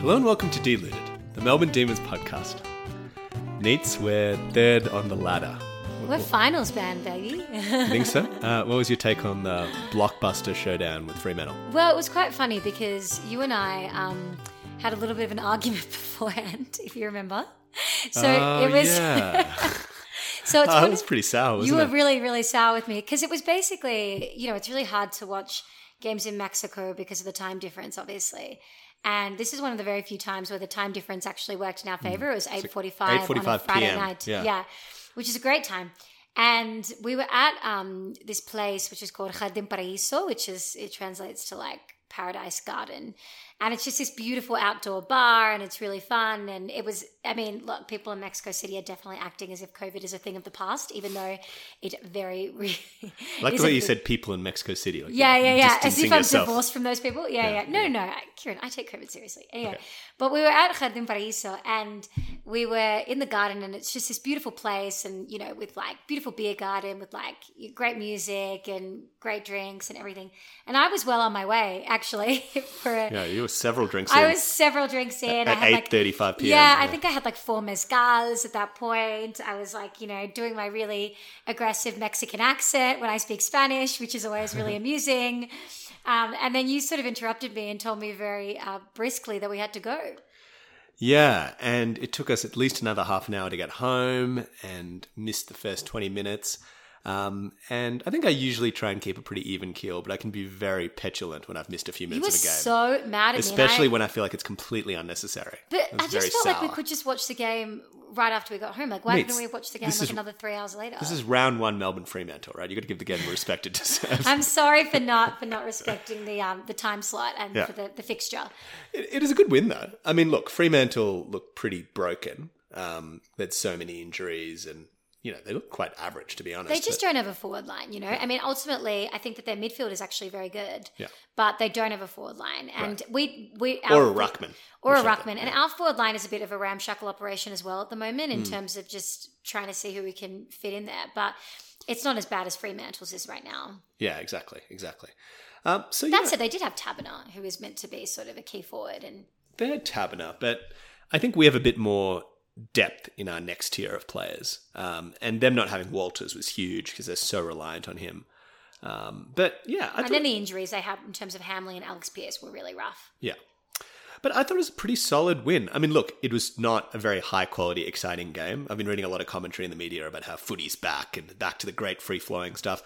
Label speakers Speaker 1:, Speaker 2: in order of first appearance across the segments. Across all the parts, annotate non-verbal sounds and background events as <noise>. Speaker 1: Hello and welcome to Deluded, the Melbourne Demons podcast. Neats, we're third on the ladder.
Speaker 2: We're finals band, baby. <laughs>
Speaker 1: You think so? Uh, what was your take on the blockbuster showdown with Fremantle?
Speaker 2: well, it was quite funny because you and I um, had a little bit of an <laughs> argument beforehand, if you remember. So
Speaker 1: Oh,
Speaker 2: it was. <laughs>
Speaker 1: Yeah.
Speaker 2: So
Speaker 1: Oh, <laughs>
Speaker 2: it's
Speaker 1: that
Speaker 2: funny-
Speaker 1: was pretty sour, wasn't
Speaker 2: you were
Speaker 1: it?
Speaker 2: really, really sour with me because it was basically, you know, it's really hard to watch games in Mexico because of the time difference, obviously. And this is one of the very few times where the time difference actually worked
Speaker 1: Hmm.
Speaker 2: in our favor. It was eight forty-five on a
Speaker 1: 8:45
Speaker 2: Friday
Speaker 1: PM,
Speaker 2: night,
Speaker 1: yeah.
Speaker 2: which is a great time. And we were at um, this place which is called Jardín Paraíso, which is it translates to like paradise garden and it's just this beautiful outdoor bar and it's really fun and it was i mean look people in mexico city are definitely acting as if covid is a thing of the past even though it very <laughs> re-
Speaker 1: I like
Speaker 2: is
Speaker 1: the way
Speaker 2: a-
Speaker 1: you said people in Mexico City. Like
Speaker 2: yeah
Speaker 1: you're
Speaker 2: yeah yeah as
Speaker 1: distancing
Speaker 2: if i'm
Speaker 1: yourself.
Speaker 2: divorced from those people yeah
Speaker 1: Yeah,
Speaker 2: yeah, no
Speaker 1: yeah.
Speaker 2: no I- kieran i take covid seriously anyway
Speaker 1: Okay.
Speaker 2: but we were at jardín paraíso and we were in the garden and it's just this beautiful place and you know with like beautiful beer garden with like great music and great drinks and everything and i was well on my way actually <laughs> for a,
Speaker 1: Yeah, you were several drinks
Speaker 2: I
Speaker 1: in
Speaker 2: was several drinks in. I
Speaker 1: at
Speaker 2: had like
Speaker 1: 8.35pm.
Speaker 2: yeah, I think I had like four mezcals at that point. I was like, you know, doing my really aggressive Mexican accent when I speak Spanish, which is always
Speaker 1: <laughs>
Speaker 2: really amusing. Um, and then you sort of interrupted me and told me very uh, briskly that we had to go.
Speaker 1: Yeah, and it took us at least another half an hour to get home and missed the first 20 minutes. Um, and I think I usually try and keep a pretty even keel, but I can be very petulant when I've missed a few
Speaker 2: You
Speaker 1: minutes
Speaker 2: were
Speaker 1: of a game.
Speaker 2: so mad at
Speaker 1: Especially
Speaker 2: me.
Speaker 1: when I feel like it's completely unnecessary.
Speaker 2: and I-
Speaker 1: It
Speaker 2: but I
Speaker 1: was
Speaker 2: just
Speaker 1: very
Speaker 2: felt like we
Speaker 1: sour.
Speaker 2: could just watch the game right after we got home. Like, why
Speaker 1: Mates,
Speaker 2: didn't we watch the game
Speaker 1: this
Speaker 2: like
Speaker 1: is-
Speaker 2: another three hours later?
Speaker 1: This is round one Melbourne Fremantle, right? You've got to give the game the respect
Speaker 2: <laughs>
Speaker 1: it deserves.
Speaker 2: I'm sorry for not for not respecting the um, the time slot and
Speaker 1: Yeah.
Speaker 2: for the, the fixture.
Speaker 1: It, it is a good win, though. I mean, look, Fremantle looked pretty broken. Um, they had so many injuries, and, you know, they look quite average, to be honest.
Speaker 2: They just
Speaker 1: But-
Speaker 2: don't have a forward line, you know. I mean, ultimately, I think that their midfield is actually very good,
Speaker 1: Yeah.
Speaker 2: but they don't have a forward line, and we we
Speaker 1: or a
Speaker 2: our-
Speaker 1: Ruckman.
Speaker 2: or a
Speaker 1: something,
Speaker 2: ruckman, and our forward line is a bit of a ramshackle operation as well at the moment
Speaker 1: Hmm.
Speaker 2: in terms of just trying to see who we can fit in there, but. It's not as bad as Fremantle's is right now.
Speaker 1: Yeah, exactly, exactly. Um, so yeah,
Speaker 2: That said, they did have Taberner, who is meant to be sort of a key forward, and
Speaker 1: they had Taberner, but I think we have a bit more depth in our next tier of players. Um, and them not having Walters was huge because they're so reliant on him. Um, but yeah, I
Speaker 2: and then
Speaker 1: thought,
Speaker 2: the injuries they had in terms of Hamley and Alex Pierce were really rough.
Speaker 1: yeah. But I thought it was a pretty solid win. I mean, look, it was not a very high quality, exciting game. I've been reading a lot of commentary in the media about how footy's back and back to the great free flowing stuff.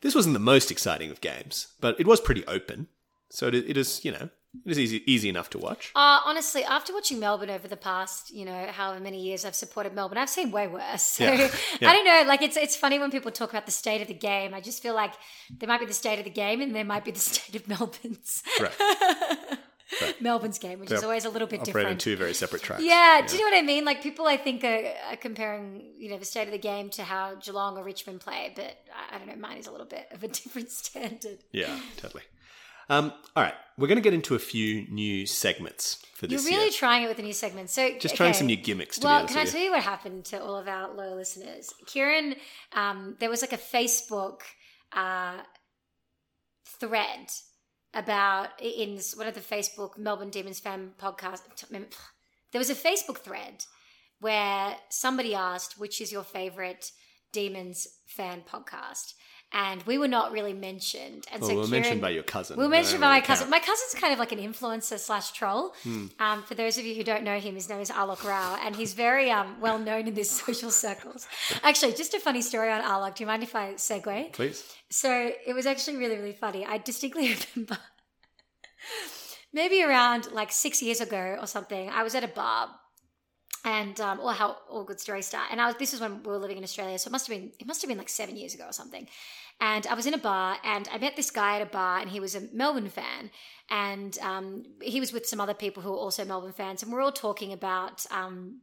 Speaker 1: This wasn't the most exciting of games, but it was pretty open. So it, it is, you know, it is easy, easy enough to watch.
Speaker 2: Uh, honestly, after watching Melbourne over the past, you know, however many years I've supported Melbourne, I've seen way worse. <laughs> So
Speaker 1: Yeah. Yeah.
Speaker 2: I don't know. Like it's it's funny when people talk about the state of the game. I just feel like there might be the state of the game and there might be the <laughs> state of Melbourne's
Speaker 1: Right.
Speaker 2: Melbourne's game, which is
Speaker 1: They're
Speaker 2: always a little bit
Speaker 1: operate on
Speaker 2: different.
Speaker 1: two very separate tracks.
Speaker 2: Yeah, do you know what I mean? Like people, I think are, are comparing, you know, the state of the game to how Geelong or Richmond play, but I, I don't know. Mine is a little bit of a <laughs> different standard.
Speaker 1: Yeah, totally. Um, all right, we're going to get into a few new segments for
Speaker 2: You're
Speaker 1: this
Speaker 2: really
Speaker 1: year.
Speaker 2: trying it with a new segment. So
Speaker 1: Just trying
Speaker 2: okay.
Speaker 1: some new gimmicks. To be
Speaker 2: Well,
Speaker 1: honest
Speaker 2: can I
Speaker 1: with
Speaker 2: tell you what happened to all of our loyal listeners? Kieran, um, there was like a Facebook uh, thread about in one of the Facebook Melbourne Demons fan podcast. There was a Facebook thread where somebody asked, "Which is your favorite Demons fan podcast?" And we were not really mentioned. And
Speaker 1: Well,
Speaker 2: so
Speaker 1: we were
Speaker 2: Kieran,
Speaker 1: mentioned by your cousin.
Speaker 2: we were
Speaker 1: but I
Speaker 2: mentioned
Speaker 1: don't
Speaker 2: by my
Speaker 1: really
Speaker 2: cousin.
Speaker 1: count.
Speaker 2: My cousin's kind of like an influencer slash troll. Um, for those of you who don't know him, his name is Alok Rao, and he's very um, well known in these <laughs> social circles. Actually, just a funny story on Alok. Do you mind if I segue?
Speaker 1: Please.
Speaker 2: So it was actually really, really funny. I distinctly <laughs> remember maybe around like six years ago or something, I was at a bar and um, or how all good stories start. And I was this is when we were living in Australia, so it must have been it must have been like seven years ago or something. And I was in a bar and I met this guy at a bar and he was a Melbourne fan and um, he was with some other people who were also Melbourne fans and we're all talking about um,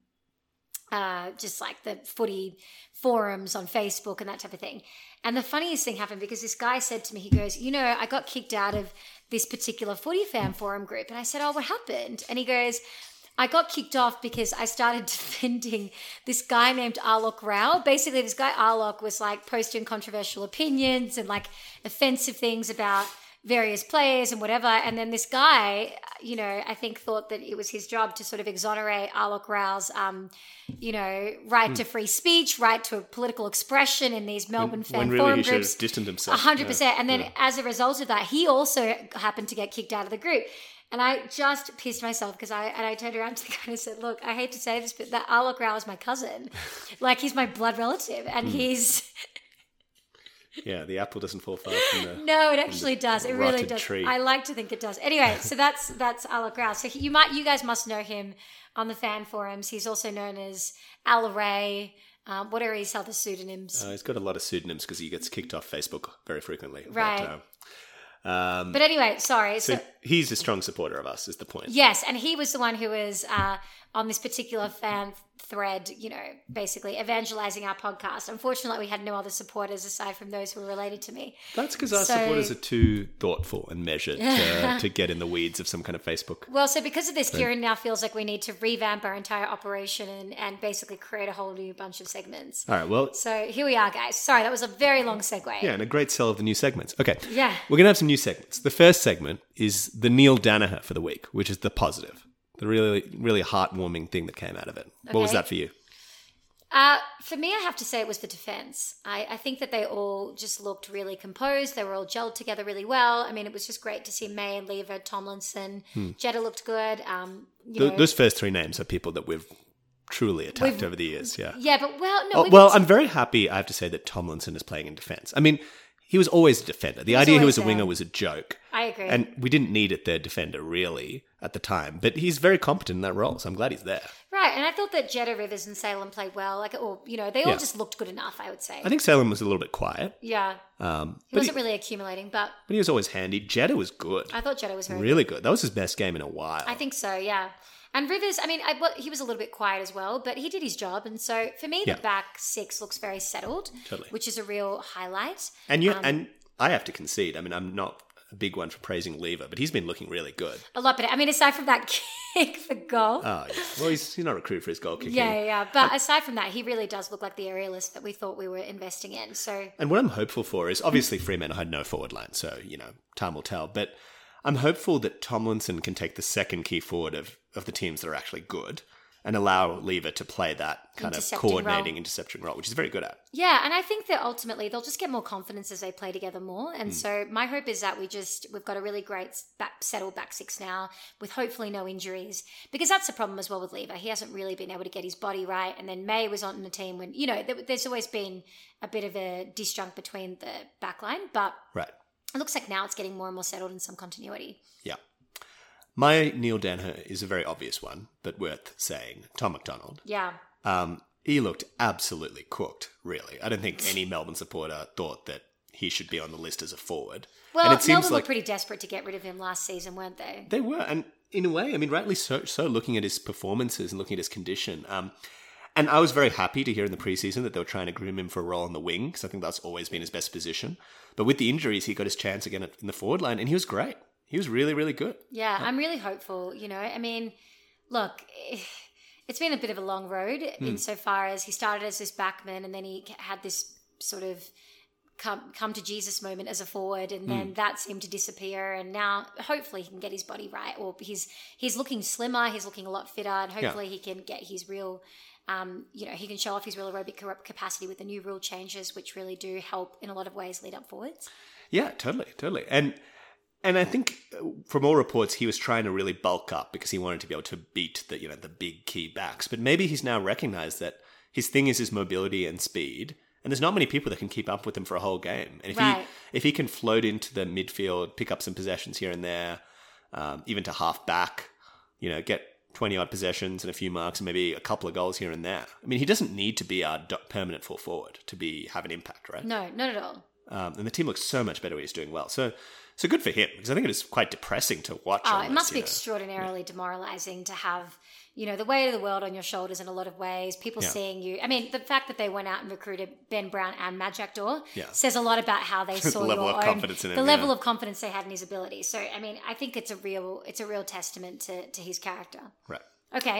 Speaker 2: uh, just like the footy forums on Facebook and that type of thing. And the funniest thing happened because this guy said to me, he goes, You know, I got kicked out of this particular footy fan forum group. And I said, Oh, what happened? And he goes, I got kicked off because I started <laughs> defending this guy named Arlok Rao. Basically, this guy Arlok was like posting controversial opinions and like offensive things about various players and whatever. And then this guy, uh, you know, I think thought that it was his job to sort of exonerate Alok Rao's, um, you know, right to free speech, right to political expression in these Melbourne
Speaker 1: Hmm.
Speaker 2: fan
Speaker 1: when
Speaker 2: forum
Speaker 1: really he should
Speaker 2: groups.
Speaker 1: have distanced himself.
Speaker 2: A hundred
Speaker 1: Yeah.
Speaker 2: percent. And then as a result of that, he also happened to get kicked out of the group. And I just pissed myself because I and I turned around to the <laughs> guy and I said, "Look, I hate to say this, but that Alok Rao is
Speaker 1: <laughs>
Speaker 2: my cousin. like he's my blood relative,
Speaker 1: Hmm.
Speaker 2: and he's
Speaker 1: Yeah, the apple doesn't fall far from the.
Speaker 2: <laughs> no, it actually does. It really
Speaker 1: Rotted
Speaker 2: does.
Speaker 1: tree.
Speaker 2: I like to think it does. Anyway, so that's that's Alok Rao. So he, you might you guys must know him on the fan forums. He's also known as Al Ray. Um, what are his other pseudonyms?
Speaker 1: Uh, he's got a lot of pseudonyms because he gets kicked off Facebook very frequently. But,
Speaker 2: Right.
Speaker 1: uh, um,
Speaker 2: but anyway, sorry.
Speaker 1: so
Speaker 2: so
Speaker 1: he's a strong supporter of us, is the point.
Speaker 2: Yes, and he was the one who was uh, on this particular fan thread, you know, basically evangelizing our podcast. Unfortunately, we had no other supporters aside from those who were related to me.
Speaker 1: That's because our
Speaker 2: So-
Speaker 1: supporters are too thoughtful and measured
Speaker 2: <laughs>
Speaker 1: to, to get in the weeds of some kind of Facebook.
Speaker 2: Well, so because of this, Kieran now feels like we need to revamp our entire operation and, and basically create a whole new bunch of segments.
Speaker 1: All right, well,
Speaker 2: So here we are, guys. Sorry, that was a very long segue.
Speaker 1: yeah, and a great sell of the new segments. Okay.
Speaker 2: Yeah.
Speaker 1: We're going to have some new segments. The first segment is the Neil Danaher for the week, which is the positive, the really, really heartwarming thing that came out of it. What was
Speaker 2: Okay.
Speaker 1: that for you?
Speaker 2: Uh, for me, I have to say it was the defense. I, I think that they all just looked really composed. They were all gelled together really well. I mean, it was just great to see May and Lever, Tomlinson, Jetta looked good. Um,
Speaker 1: Hmm.
Speaker 2: you
Speaker 1: Th
Speaker 2: know,
Speaker 1: those first three names are people that we've truly attacked over the years. Yeah.
Speaker 2: yeah, but well, no,
Speaker 1: Oh,
Speaker 2: we
Speaker 1: well, I'm very happy, I have to say, that Tomlinson is playing in defense. I mean, he was always a defender. The idea he
Speaker 2: always
Speaker 1: was a
Speaker 2: there.
Speaker 1: winger was a joke.
Speaker 2: I agree.
Speaker 1: And we didn't need a third defender, really, at the time. But he's very competent in that role, so I'm glad he's there.
Speaker 2: right, and I thought that Jetta Rivers and Salem played well. Like, or you know, they all
Speaker 1: Yeah.
Speaker 2: just looked good enough. I would say.
Speaker 1: I think Salem was a little bit quiet,
Speaker 2: yeah,
Speaker 1: um,
Speaker 2: he
Speaker 1: but, he,
Speaker 2: wasn't really accumulating, but
Speaker 1: but he was always handy. Jetta was good.
Speaker 2: I thought Jetta was very.
Speaker 1: Really good. That was his best game in a while.
Speaker 2: I think so. Yeah. And Rivers, I mean, I, well, he was a little bit quiet as well, but he did his job. And so for me,
Speaker 1: Yeah.
Speaker 2: the back six looks very settled,
Speaker 1: Totally.
Speaker 2: which is a real highlight.
Speaker 1: and you and I have to concede. I mean, I'm not a big one for praising Lever, but he's been looking really
Speaker 2: <sighs>
Speaker 1: good.
Speaker 2: A lot better. I mean, aside from that <laughs> kick for goal.
Speaker 1: Oh, yeah. well, he's he's not recruited for his goal kicking.
Speaker 2: yeah, yeah, yeah. But aside from that, he really does look like the aerialist that we thought we were investing in. So
Speaker 1: And what I'm hopeful for is obviously Fremantle had no forward line, so you know time will tell. But I'm hopeful that Tomlinson can take the second key forward of of the teams that are actually good and allow Lever to play that kind of
Speaker 2: Intercepting
Speaker 1: coordinating
Speaker 2: role.
Speaker 1: interception role, which he's very good at.
Speaker 2: Yeah, and I think that ultimately they'll just get more confidence as they play together more. And
Speaker 1: Hmm.
Speaker 2: so my hope is that we just we've got a really great s- back, settled back six now with hopefully no injuries because that's the problem as well with Lever. He hasn't really been able to get his body right, and then May was on the team when you know there, there's always been a bit of a disjunct between the back line, but
Speaker 1: Right.
Speaker 2: it looks like now it's getting more and more settled and some continuity.
Speaker 1: Yeah. My Neil Danher is a very obvious one, but worth saying. Tom McDonald.
Speaker 2: Yeah,
Speaker 1: Um, he looked absolutely cooked, really. I don't think any Melbourne supporter thought that he should be on the list as a forward.
Speaker 2: well,
Speaker 1: and it
Speaker 2: Melbourne
Speaker 1: seems
Speaker 2: were
Speaker 1: like
Speaker 2: pretty desperate to get rid of him last season, weren't they?
Speaker 1: they were. And in a way, I mean, rightly so, so looking at his performances and looking at his condition. Um, and I was very happy to hear in the preseason that they were trying to groom him for a role on the wing because I think that's always been his best position. But with the injuries, he got his chance again in the forward line, and he was great. He was really, really good.
Speaker 2: Yeah, I'm really hopeful. You know, I mean, look, <sighs> it's been a bit of a long road insofar as he started as this backman and then he had this sort of come come to Jesus moment as a forward, and then that seemed to disappear. And now, hopefully, he can get his body right, or he's he's looking slimmer, he's looking a lot fitter, and hopefully, he can get his real. Um, you know, he can show off his real aerobic ca- capacity with the new rule changes, which really do help in a lot of ways lead up forwards.
Speaker 1: Yeah, totally, totally. And and I think uh, from all reports he was trying to really bulk up because he wanted to be able to beat the you know the big key backs. But maybe he's now recognized that his thing is his mobility and speed. And there's not many people that can keep up with him for a whole game. And if
Speaker 2: Right.
Speaker 1: he if he can float into the midfield, pick up some possessions here and there, um, even to half back, you know, get 20 odd possessions and a few marks and maybe a couple of goals here and there. I mean, he doesn't need to be our do- permanent full forward to be have an impact, right?
Speaker 2: No, not at all.
Speaker 1: Um, and the team looks so much better when he's doing well. So, so good for him because I think it is quite depressing to watch.
Speaker 2: Oh,
Speaker 1: almost,
Speaker 2: it must
Speaker 1: you
Speaker 2: be
Speaker 1: know.
Speaker 2: extraordinarily demoralizing to have, you know, the weight of the world on your shoulders in a lot of ways. People
Speaker 1: Yeah.
Speaker 2: seeing you. I mean, the fact that they went out and recruited Ben Brown and Matt Jackdaw
Speaker 1: Yeah.
Speaker 2: says a lot about how
Speaker 1: <laughs>
Speaker 2: they saw
Speaker 1: level
Speaker 2: your
Speaker 1: of
Speaker 2: own,
Speaker 1: confidence in
Speaker 2: the
Speaker 1: him,
Speaker 2: level
Speaker 1: yeah.
Speaker 2: of confidence they had in his ability. So, I mean, I think it's a real, it's a real testament to, to his character.
Speaker 1: Right.
Speaker 2: Okay.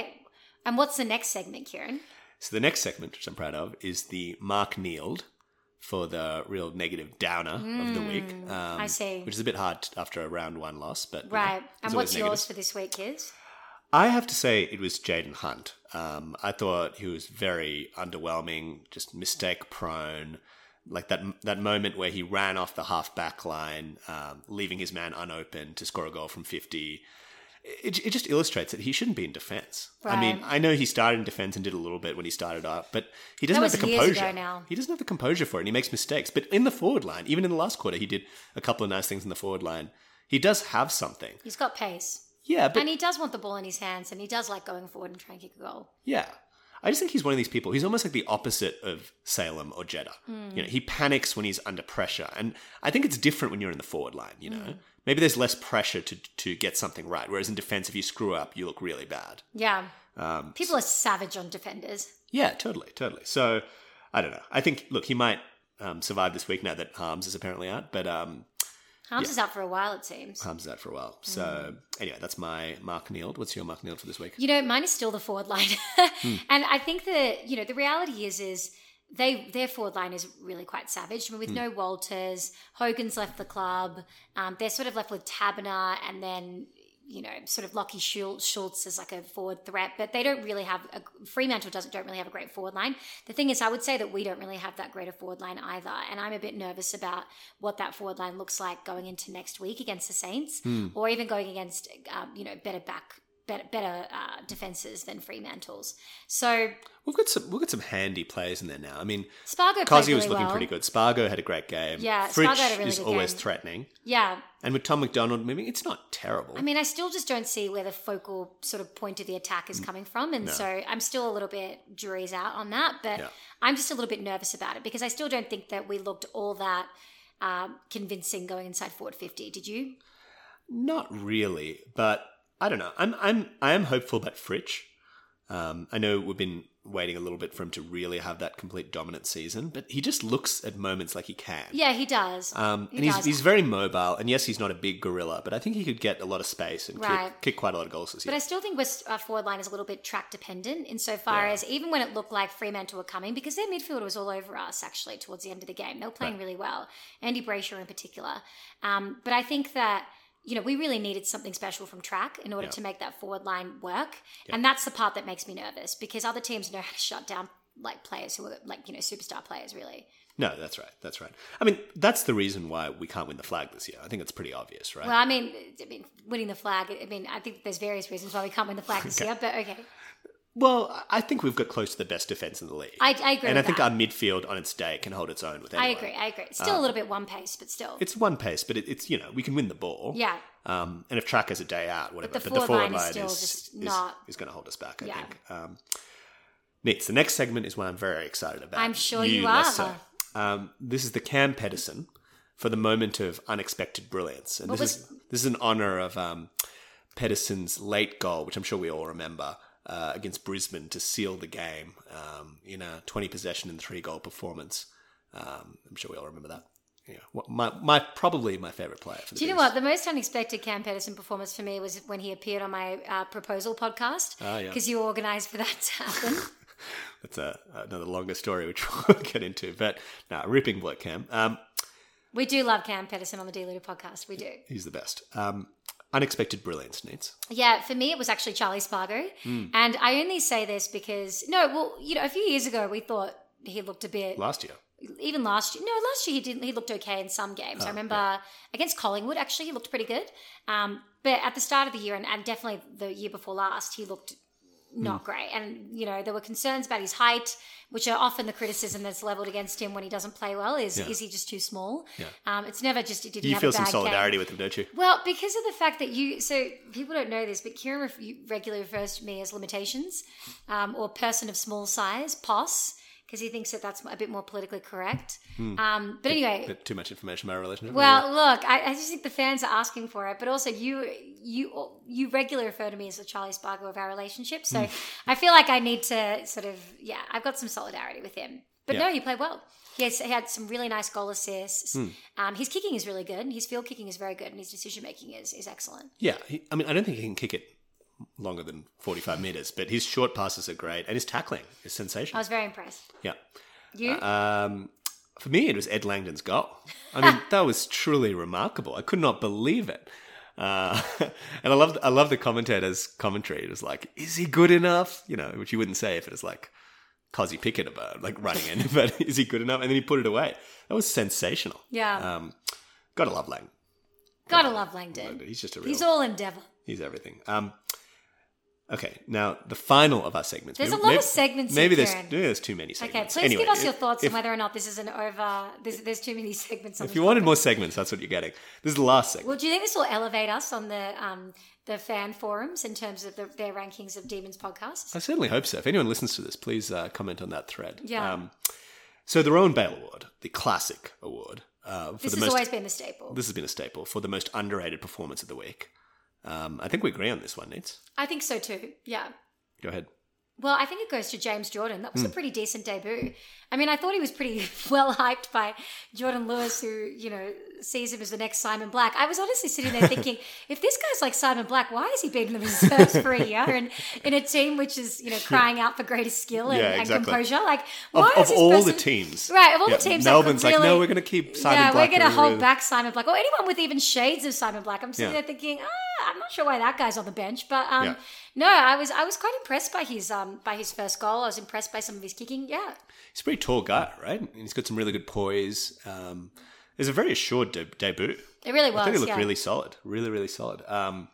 Speaker 2: And what's the next segment, Kieran?
Speaker 1: So the next segment, which I'm proud of, is the Mark Neild for the real negative downer of the week.
Speaker 2: Mm,
Speaker 1: Um,
Speaker 2: I see.
Speaker 1: Which is a bit hard t- after a round one loss, but you know,
Speaker 2: Right.
Speaker 1: there's
Speaker 2: and
Speaker 1: always
Speaker 2: what's yours
Speaker 1: negatives.
Speaker 2: for this week, kids?
Speaker 1: I have to say it was Jaden Hunt. Um, I thought he was very underwhelming, just mistake prone. Like that that moment where he ran off the half back line, um, leaving his man unopened to score a goal from fifty. It, it just illustrates that he shouldn't be in defence. I mean,
Speaker 2: Right.
Speaker 1: I know he started in defence and did a little bit when he started up, but he doesn't
Speaker 2: That
Speaker 1: have the
Speaker 2: was years ago
Speaker 1: composure.
Speaker 2: now.
Speaker 1: He doesn't have the composure for it, and he makes mistakes. But in the forward line, even in the last quarter, he did a couple of nice things in the forward line. He does have something.
Speaker 2: He's got pace.
Speaker 1: Yeah, but
Speaker 2: and he does want the ball in his hands and he does like going forward and trying to kick a goal.
Speaker 1: Yeah. I just think he's one of these people. He's almost like the opposite of Salem or Jeddah. You know, he panics when he's under pressure, and I think it's different when you're in the forward line. You know, maybe there's less pressure to to get something right, whereas in defense, if you screw up, you look really bad.
Speaker 2: Yeah.
Speaker 1: Um,
Speaker 2: People are savage on defenders.
Speaker 1: yeah, totally, totally. So I don't know. I think look, he might um, survive this week now that Harms is apparently out, but um,
Speaker 2: Harms is out for a while, it seems.
Speaker 1: Harms is out for a while. So anyway, that's my Mark Neild. What's your Mark Neild for this week?
Speaker 2: You know, mine is still the forward line, <laughs> and I think that you know the reality is is they their forward line is really quite savage. I mean, with no Walters, Hogan's left the club. Um, they're sort of left with Tabner, and then you know sort of Lockie Schultz, Schultz is like a forward threat, but they don't really have a Fremantle doesn't don't really have a great forward line. The thing is, I would say that we don't really have that great a forward line either, and I'm a bit nervous about what that forward line looks like going into next week against the Saints, or even going against um, you know better back better, better uh, defenses than Fremantle's. So
Speaker 1: We've got some we've got some handy players in there now. I mean,
Speaker 2: Spargo played
Speaker 1: Kazi
Speaker 2: really
Speaker 1: was looking
Speaker 2: well.
Speaker 1: pretty good. Spargo had a great game.
Speaker 2: Yeah,
Speaker 1: Fritsch
Speaker 2: Spargo had a really
Speaker 1: is
Speaker 2: good
Speaker 1: always
Speaker 2: game.
Speaker 1: threatening.
Speaker 2: Yeah,
Speaker 1: And with Tom McDonald moving, it's not terrible.
Speaker 2: I mean, I still just don't see where the focal sort of point of the attack
Speaker 1: Mm.
Speaker 2: is coming from, and so I'm still a little bit jury's out on that. But
Speaker 1: Yeah.
Speaker 2: I'm just a little bit nervous about it because I still don't think that we looked all that um, convincing going inside forward 50. Did you?
Speaker 1: not really, but I don't know. I'm I'm I am hopeful about Fritsch. Um, I know we've been waiting a little bit for him to really have that complete dominant season, but he just looks at moments like he can.
Speaker 2: Yeah, he does.
Speaker 1: Um,
Speaker 2: He
Speaker 1: and he's,
Speaker 2: does.
Speaker 1: he's very mobile, and yes, he's not a big gorilla, but I think he could get a lot of space and
Speaker 2: Right.
Speaker 1: kick, kick quite a lot of goals this year.
Speaker 2: But I still think West, our forward line is a little bit track dependent insofar
Speaker 1: Yeah.
Speaker 2: as even when it looked like Fremantle were coming, because their midfield was all over us actually towards the end of the game. They were playing
Speaker 1: Right.
Speaker 2: really well, Andy Brayshaw in particular. Um, but I think that, you know, we really needed something special from track in order
Speaker 1: Yeah.
Speaker 2: to make that forward line work. And that's the part that makes me nervous because other teams know how to shut down like players who are like, you know, superstar players really.
Speaker 1: no, that's right. That's right. I mean, that's the reason why we can't win the flag this year. I think it's pretty obvious, right?
Speaker 2: Well, I mean, I mean, winning the flag, I mean, I think there's various reasons why we can't win the flag
Speaker 1: <laughs>
Speaker 2: this year, but okay.
Speaker 1: Well, I- I think we've got close to the best defense in the league.
Speaker 2: I, I agree
Speaker 1: and I
Speaker 2: with
Speaker 1: think
Speaker 2: that.
Speaker 1: our midfield on its day can hold its own with anyone.
Speaker 2: I agree. I agree. Still a little bit one pace, but still.
Speaker 1: It's one pace, but Uh, it, it's you know we can win the ball.
Speaker 2: yeah.
Speaker 1: Um, and if Track has a day out, whatever.
Speaker 2: the
Speaker 1: But
Speaker 2: forward line is still just not-
Speaker 1: is, going to hold us back. I
Speaker 2: Yeah.
Speaker 1: think. Um, Neats. The next segment is one I'm very excited about.
Speaker 2: I'm sure you
Speaker 1: less
Speaker 2: are.
Speaker 1: so. Um, this is the Cam Pedersen for the moment of unexpected brilliance, and
Speaker 2: What
Speaker 1: this is this is in honor of um, Pedersen's late goal, which I'm sure we all remember. Uh, against Brisbane to seal the game um, in a 20 possession and three goal performance. Um, I'm sure we all remember that. Yeah, What- my, my probably my favorite player. For the
Speaker 2: Do you know
Speaker 1: Bees.
Speaker 2: what? The most unexpected Cam Pedersen performance for me was when he appeared on my uh, proposal podcast.
Speaker 1: Ah, yeah.
Speaker 2: Because you organised for that to
Speaker 1: <laughs>
Speaker 2: happen.
Speaker 1: That's a, another longer story, which <laughs> we'll get into. But no, a ripping bloke, Cam. Um,
Speaker 2: we do love Cam Pedersen on the Deluded podcast. We do.
Speaker 1: he's the best. Um, unexpected brilliance needs.
Speaker 2: Yeah, for me, it was actually Charlie Spargo.
Speaker 1: Hmm.
Speaker 2: And I only say this because, no, well, you know, a few years ago, we thought he looked a bit
Speaker 1: Last year,
Speaker 2: even last year. No, last year he didn't. He looked okay in some
Speaker 1: Oh,
Speaker 2: games. I remember against Collingwood. Actually, he looked pretty good. Um, but at the start of the year, and, and definitely the year before last, he looked not
Speaker 1: Hmm.
Speaker 2: great. And you know there were concerns about his height, which are often the criticism that's leveled against him when he doesn't play well. Is
Speaker 1: Yeah.
Speaker 2: is he just too small?
Speaker 1: Yeah.
Speaker 2: Um, it's never just he didn't
Speaker 1: you
Speaker 2: have
Speaker 1: feel
Speaker 2: a bad
Speaker 1: some
Speaker 2: Game.
Speaker 1: solidarity with him, don't you?
Speaker 2: Well, because of the fact that you, so people don't know this, but Kieran ref- you- regularly refers to me as limitations um, or person of small size, POS, because he thinks that that's a bit more politically correct. Um, but anyway,
Speaker 1: Hmm. Bit too much information about our relationship.
Speaker 2: well, look, I, I just think the fans are asking for it, but also you, you, you regularly refer to me as the Charlie Spargo of our relationship, so
Speaker 1: Mm.
Speaker 2: I feel like I need to sort of, yeah, I've got some solidarity with him. But
Speaker 1: Yeah.
Speaker 2: no, he played well. Yes, he had some really nice goal assists.
Speaker 1: Hmm.
Speaker 2: Um, his kicking is really good. His field kicking is very good, and his decision making is is excellent.
Speaker 1: yeah. He, I mean, I don't think he can kick it longer than forty-five meters, but his short passes are great, and his tackling is
Speaker 2: I
Speaker 1: sensational. Uh,
Speaker 2: was very impressed.
Speaker 1: Yeah.
Speaker 2: You?
Speaker 1: Um, For me, it was Ed Langdon's goal. I
Speaker 2: <laughs>
Speaker 1: mean, that was truly remarkable. I could not believe it. Uh, <laughs> and I love I love the commentator's commentary. It was like, "Is he good enough?" You know, which you wouldn't say if it was like Cosy Pickett about like running in, <laughs> but is he good enough? And then he put it away. That was sensational.
Speaker 2: Yeah.
Speaker 1: Um, gotta love Lang.
Speaker 2: Gotta love Langdon.
Speaker 1: He's just a real.
Speaker 2: He's all endeavor.
Speaker 1: He's everything. Um, okay, now the final of our segments.
Speaker 2: There's a lot of segments here,
Speaker 1: Maybe there's
Speaker 2: Kieran.
Speaker 1: maybe there's too many segments.
Speaker 2: Okay, please
Speaker 1: Anyway,
Speaker 2: give us
Speaker 1: if-
Speaker 2: your thoughts
Speaker 1: If,
Speaker 2: on whether or not this is an over. There's, there's too many segments. On
Speaker 1: if
Speaker 2: this
Speaker 1: you wanted more segments, that's what you're getting. This is the last segment.
Speaker 2: Well, do you think this will elevate us on the um, the fan forums in terms of the, their rankings of Demons podcasts?
Speaker 1: I certainly hope so. If anyone listens to this, please uh, comment on that thread. Um,
Speaker 2: Yeah.
Speaker 1: so the Rowan Bale Award, the classic award uh, for
Speaker 2: This
Speaker 1: the
Speaker 2: has
Speaker 1: most.
Speaker 2: always been the staple.
Speaker 1: this has been a staple for the most underrated performance of the week. Um, I think we agree on this one, Needs.
Speaker 2: I think so too. Yeah.
Speaker 1: Go ahead.
Speaker 2: Well, I think it goes to James Jordan. That was
Speaker 1: Hmm.
Speaker 2: a pretty decent debut. I mean, I thought he was pretty <laughs> well hyped by Jordan Lewis, who, you know, sees him as the next Simon Black. I was honestly sitting
Speaker 1: <laughs>
Speaker 2: there thinking, if this guy's like Simon Black, why has he been in the reserves for a
Speaker 1: <laughs>
Speaker 2: year and in a team which is, you know, crying out for greater skill and,
Speaker 1: Yeah,
Speaker 2: and
Speaker 1: exactly.
Speaker 2: composure? Like,
Speaker 1: Of,
Speaker 2: why
Speaker 1: of
Speaker 2: is this
Speaker 1: all the
Speaker 2: person-
Speaker 1: teams,
Speaker 2: Right, of all
Speaker 1: Yeah,
Speaker 2: the teams,
Speaker 1: Melbourne's
Speaker 2: I could
Speaker 1: like,
Speaker 2: really,
Speaker 1: no, we're going to keep Simon
Speaker 2: yeah,
Speaker 1: Black.
Speaker 2: we're going
Speaker 1: and
Speaker 2: to hold
Speaker 1: really-
Speaker 2: back Simon Black or anyone with even shades of Simon Black. I'm sitting
Speaker 1: Yeah.
Speaker 2: there thinking, ah, I'm not sure why that guy's on the bench, but um,
Speaker 1: Yeah.
Speaker 2: no, I was I was quite impressed by his um by his first goal. I was impressed by some of his kicking. Yeah,
Speaker 1: He's a pretty tall guy, right? And he's got some really good poise. Um, it was a very assured de- debut.
Speaker 2: it really
Speaker 1: I
Speaker 2: was.
Speaker 1: think he looked
Speaker 2: yeah.
Speaker 1: really solid, really, really solid. Um,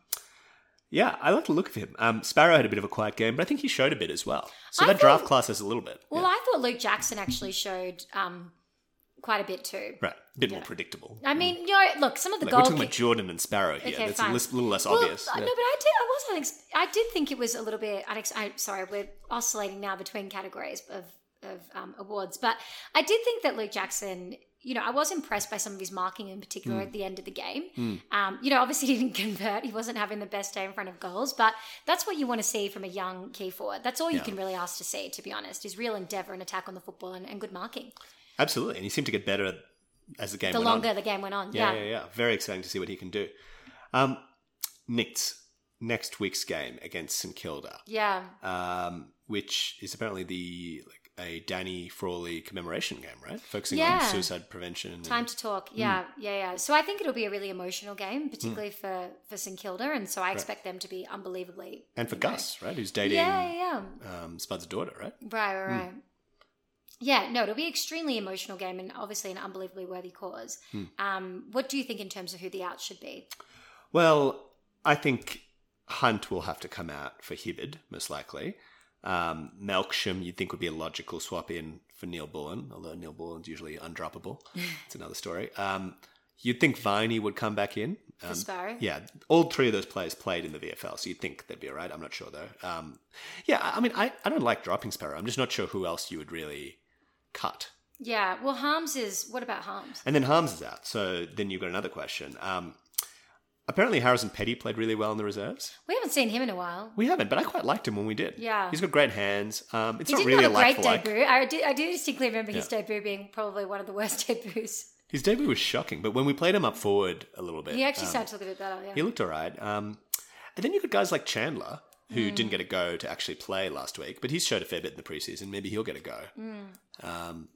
Speaker 1: yeah, I like the look of him. Um, Sparrow had a bit of a quiet game, but I think he showed a bit as well. So
Speaker 2: I
Speaker 1: that draft
Speaker 2: thought-
Speaker 1: class has a little bit.
Speaker 2: well,
Speaker 1: yeah.
Speaker 2: I thought Luke Jackson actually showed um quite a bit too.
Speaker 1: right, a bit
Speaker 2: yeah.
Speaker 1: more predictable.
Speaker 2: I mean, you know, look, some of the
Speaker 1: Mm. Like, we're
Speaker 2: goal
Speaker 1: talking about
Speaker 2: kick-
Speaker 1: Jordan and Sparrow here.
Speaker 2: Okay,
Speaker 1: That's
Speaker 2: fine.
Speaker 1: a lis- little less obvious.
Speaker 2: Well,
Speaker 1: yeah.
Speaker 2: No, but I did. I was. Unex- I did think it was a little bit. Unex- I'm sorry, we're oscillating now between categories of of um, awards, but I did think that Luke Jackson. You know, I was impressed by some of his marking, in particular
Speaker 1: Hmm.
Speaker 2: at the end of the game. Um, you know, obviously he didn't <laughs> convert; he wasn't having the best day in front of goals. But that's what you want to see from a young key forward. That's all you
Speaker 1: Yeah.
Speaker 2: can really ask to see, to be honest, is real endeavour and attack on the football and, and good marking.
Speaker 1: Absolutely, and he seemed to get better as the game
Speaker 2: The
Speaker 1: went
Speaker 2: longer
Speaker 1: on.
Speaker 2: the game went on,
Speaker 1: Yeah,
Speaker 2: yeah,
Speaker 1: yeah, yeah, Very exciting to see what he can do. Um, Knicks next week's game against St Kilda,
Speaker 2: yeah.
Speaker 1: um, which is apparently the like a Danny Frawley commemoration game, right? Focusing on
Speaker 2: Yeah.
Speaker 1: suicide prevention. And,
Speaker 2: Time to talk.
Speaker 1: Mm.
Speaker 2: Yeah, yeah, yeah. So I think it'll be a really emotional game, particularly
Speaker 1: Mm.
Speaker 2: for for St Kilda, and so I expect them to be unbelievably.
Speaker 1: and for
Speaker 2: you know.
Speaker 1: Gus, right, who's dating
Speaker 2: Yeah, yeah, yeah.
Speaker 1: um, Spud's daughter, right?
Speaker 2: Right,
Speaker 1: Mm.
Speaker 2: right, right. Yeah, no, it'll be an extremely emotional game, and obviously an unbelievably worthy cause.
Speaker 1: Mm.
Speaker 2: Um, what do you think in terms of who the out should be?
Speaker 1: Well, I think Hunt will have to come out for Hibbard, most likely. Um, Melksham, you'd think, would be a logical swap in for Neil Bullen, although Neil Bullen's usually undroppable. it's another story. Um, you'd think Viney would come back in. Um,
Speaker 2: Sparrow?
Speaker 1: Yeah, all three of those players played in the VFL, so you'd think they'd be all right. I'm not sure, though. Um, yeah, I I mean, I, I don't like dropping Sparrow. I'm just not sure who else you would really cut.
Speaker 2: Yeah, well, Harms is. What about Harms?
Speaker 1: And then Harms is out, so then you've got another question. Um, apparently, Harrison Petty played really well in the reserves.
Speaker 2: We haven't seen him in a while.
Speaker 1: We haven't, but I quite liked him when we did.
Speaker 2: Yeah.
Speaker 1: he's got great hands. Um, it's
Speaker 2: He
Speaker 1: not
Speaker 2: didn't
Speaker 1: really
Speaker 2: have a
Speaker 1: like
Speaker 2: great
Speaker 1: for like.
Speaker 2: debut. I do, I do distinctly remember his debut being probably one of the worst <laughs> debuts.
Speaker 1: His debut was shocking, but when we played him up forward a little bit,
Speaker 2: He actually
Speaker 1: um,
Speaker 2: started to look a bit better. Yeah.
Speaker 1: he looked all right. Um, and then you got guys like Chandler, who
Speaker 2: Hmm.
Speaker 1: didn't get a go to actually play last week, but he's showed a fair bit in the preseason. Maybe he'll get a go.
Speaker 2: Hmm.
Speaker 1: Um,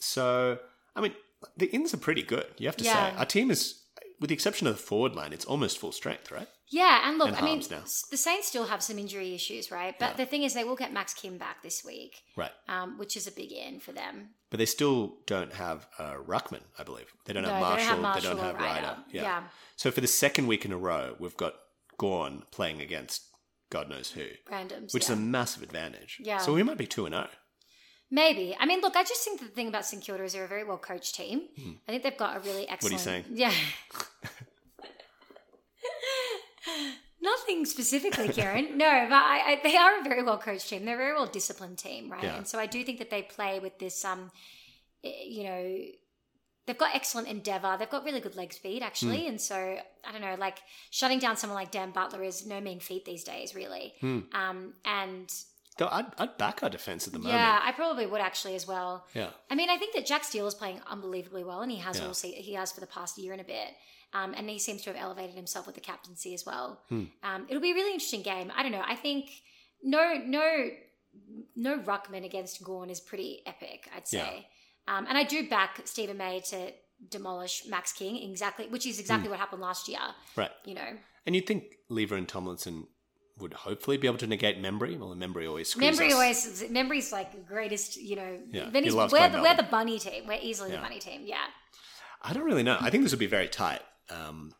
Speaker 1: so I mean, the ins are pretty good. You have to
Speaker 2: Yeah.
Speaker 1: say our team is, with the exception of the forward line, it's almost full strength, right?
Speaker 2: Yeah, and look,
Speaker 1: And
Speaker 2: I mean,
Speaker 1: harms now.
Speaker 2: s- the Saints still have some injury issues, right? But the thing is, they will get Max Kim back this week,
Speaker 1: Right.
Speaker 2: um, which is a big in for them.
Speaker 1: But they still don't have uh, Ruckman, I believe. They don't, have, Marshall, they don't have
Speaker 2: or
Speaker 1: Ryder.
Speaker 2: Yeah.
Speaker 1: Yeah. So for the second week in a row, we've got Gorn playing against God knows who,
Speaker 2: randoms.
Speaker 1: which
Speaker 2: yeah.
Speaker 1: is a massive advantage.
Speaker 2: Yeah.
Speaker 1: So we might be 2 and oh. 0.
Speaker 2: Maybe. I mean, look, I just think the thing about St Kilda is they're a very well coached team.
Speaker 1: Hmm.
Speaker 2: I think they've got a really excellent.
Speaker 1: saying?
Speaker 2: Yeah. <laughs>
Speaker 1: <laughs>
Speaker 2: Nothing specifically, Kieran. No, but I, I, they are a very well coached team. They're a very well disciplined team, right?
Speaker 1: Yeah.
Speaker 2: And so I do think that they play with this, um, eh, you know, they've got excellent endeavour. They've got really good leg speed, actually.
Speaker 1: Hmm.
Speaker 2: And so I don't know, like shutting down someone like Dan Butler is no mean feat these days, really. Um, and
Speaker 1: Though I'd, I'd back our defense at Hmm. the moment.
Speaker 2: yeah, I probably would actually as well.
Speaker 1: Yeah.
Speaker 2: I mean, I think that Jack Steele is playing unbelievably well, and he has
Speaker 1: Yeah.
Speaker 2: all se- he has for the past year and a bit. Um, and he seems to have elevated himself with the captaincy as well.
Speaker 1: Hmm.
Speaker 2: Um, it'll be a really interesting game. I don't know. I think no, no, no Ruckman against Gorn is pretty epic. I'd say. Um, and I do back Stephen May to demolish Max King exactly, which is
Speaker 1: Hmm.
Speaker 2: exactly what happened last year.
Speaker 1: Right.
Speaker 2: You know,
Speaker 1: And you'd think Lever and Tomlinson would hopefully be able to negate Membry. Well, Membry always screws
Speaker 2: Membry
Speaker 1: us.
Speaker 2: always Membry's like the greatest. You know,
Speaker 1: Yeah,
Speaker 2: then
Speaker 1: he
Speaker 2: he's,
Speaker 1: loves
Speaker 2: we're
Speaker 1: playing
Speaker 2: the, we're the
Speaker 1: Melbourne.
Speaker 2: bunny team. We're easily
Speaker 1: Yeah.
Speaker 2: the bunny team. Yeah.
Speaker 1: I don't really know. I think this would be very tight. Um,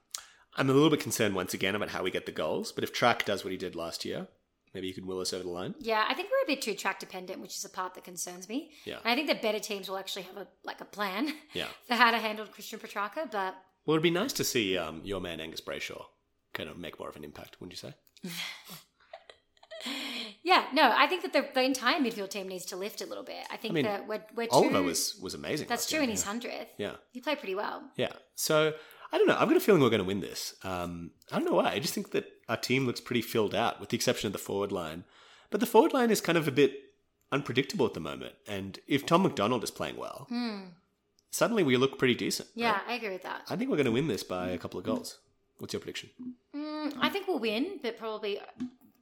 Speaker 1: I'm a little bit concerned once again about how we get the goals, but if Track does what he did last year, maybe you could will us over the line.
Speaker 2: Yeah, I think we're a bit too track dependent, which is a part that concerns me.
Speaker 1: Yeah.
Speaker 2: And I think the better teams will actually have a like a plan <laughs>
Speaker 1: Yeah.
Speaker 2: for how to handle Christian Petrarca, but
Speaker 1: Well, it'd be nice to see um, your man Angus Brayshaw kind of make more of an impact, wouldn't you say?
Speaker 2: yeah, no, I think that the, the entire midfield team needs to lift a little bit. I think
Speaker 1: I mean,
Speaker 2: that we're we're too
Speaker 1: Oliver was was amazing.
Speaker 2: that's
Speaker 1: last
Speaker 2: true
Speaker 1: year.
Speaker 2: in his hundredth.
Speaker 1: yeah.
Speaker 2: He played pretty well.
Speaker 1: yeah, yeah. So I don't know. I've got a feeling we're going to win this. Um, I don't know why. I just think that our team looks pretty filled out, with the exception of the forward line. But the forward line is kind of a bit unpredictable at the moment. And if Tom McDonald is playing well,
Speaker 2: Hmm.
Speaker 1: suddenly we look pretty decent.
Speaker 2: Yeah,
Speaker 1: right?
Speaker 2: I agree with that.
Speaker 1: I think we're going to win this by a couple of goals. What's your prediction?
Speaker 2: Mm, I think we'll win, but probably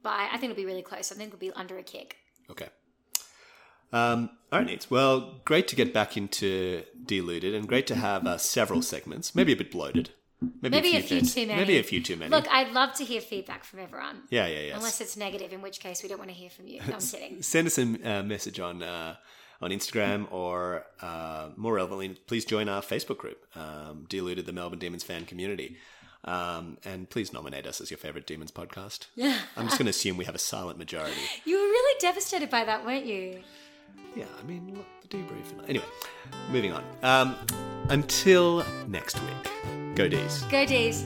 Speaker 2: by I think it'll be really close. I think it'll be under a kick.
Speaker 1: Okay. Um, all right, Neats. Well, great to get back into Deluded and great to have uh, several segments, maybe a bit bloated. Maybe,
Speaker 2: Maybe a few
Speaker 1: things-
Speaker 2: too many.
Speaker 1: Maybe a few too many.
Speaker 2: Look, I'd love to hear feedback from everyone.
Speaker 1: yeah, yeah, yeah.
Speaker 2: Unless it's negative, in which case we don't want to hear
Speaker 1: <laughs>
Speaker 2: from you. No, I'm kidding.
Speaker 1: Send us a uh, message on uh, on Instagram or uh, more relevantly, please join our Facebook group, um, Deluded, the Melbourne Demons fan community. Um, and please nominate us as your favorite Demons podcast.
Speaker 2: Yeah.
Speaker 1: I'm just going to assume we have a silent majority.
Speaker 2: You were really devastated by that, weren't you?
Speaker 1: yeah, I mean, look, the debrief. And anyway, moving on. Um, until next week, go D's.
Speaker 2: Go D's.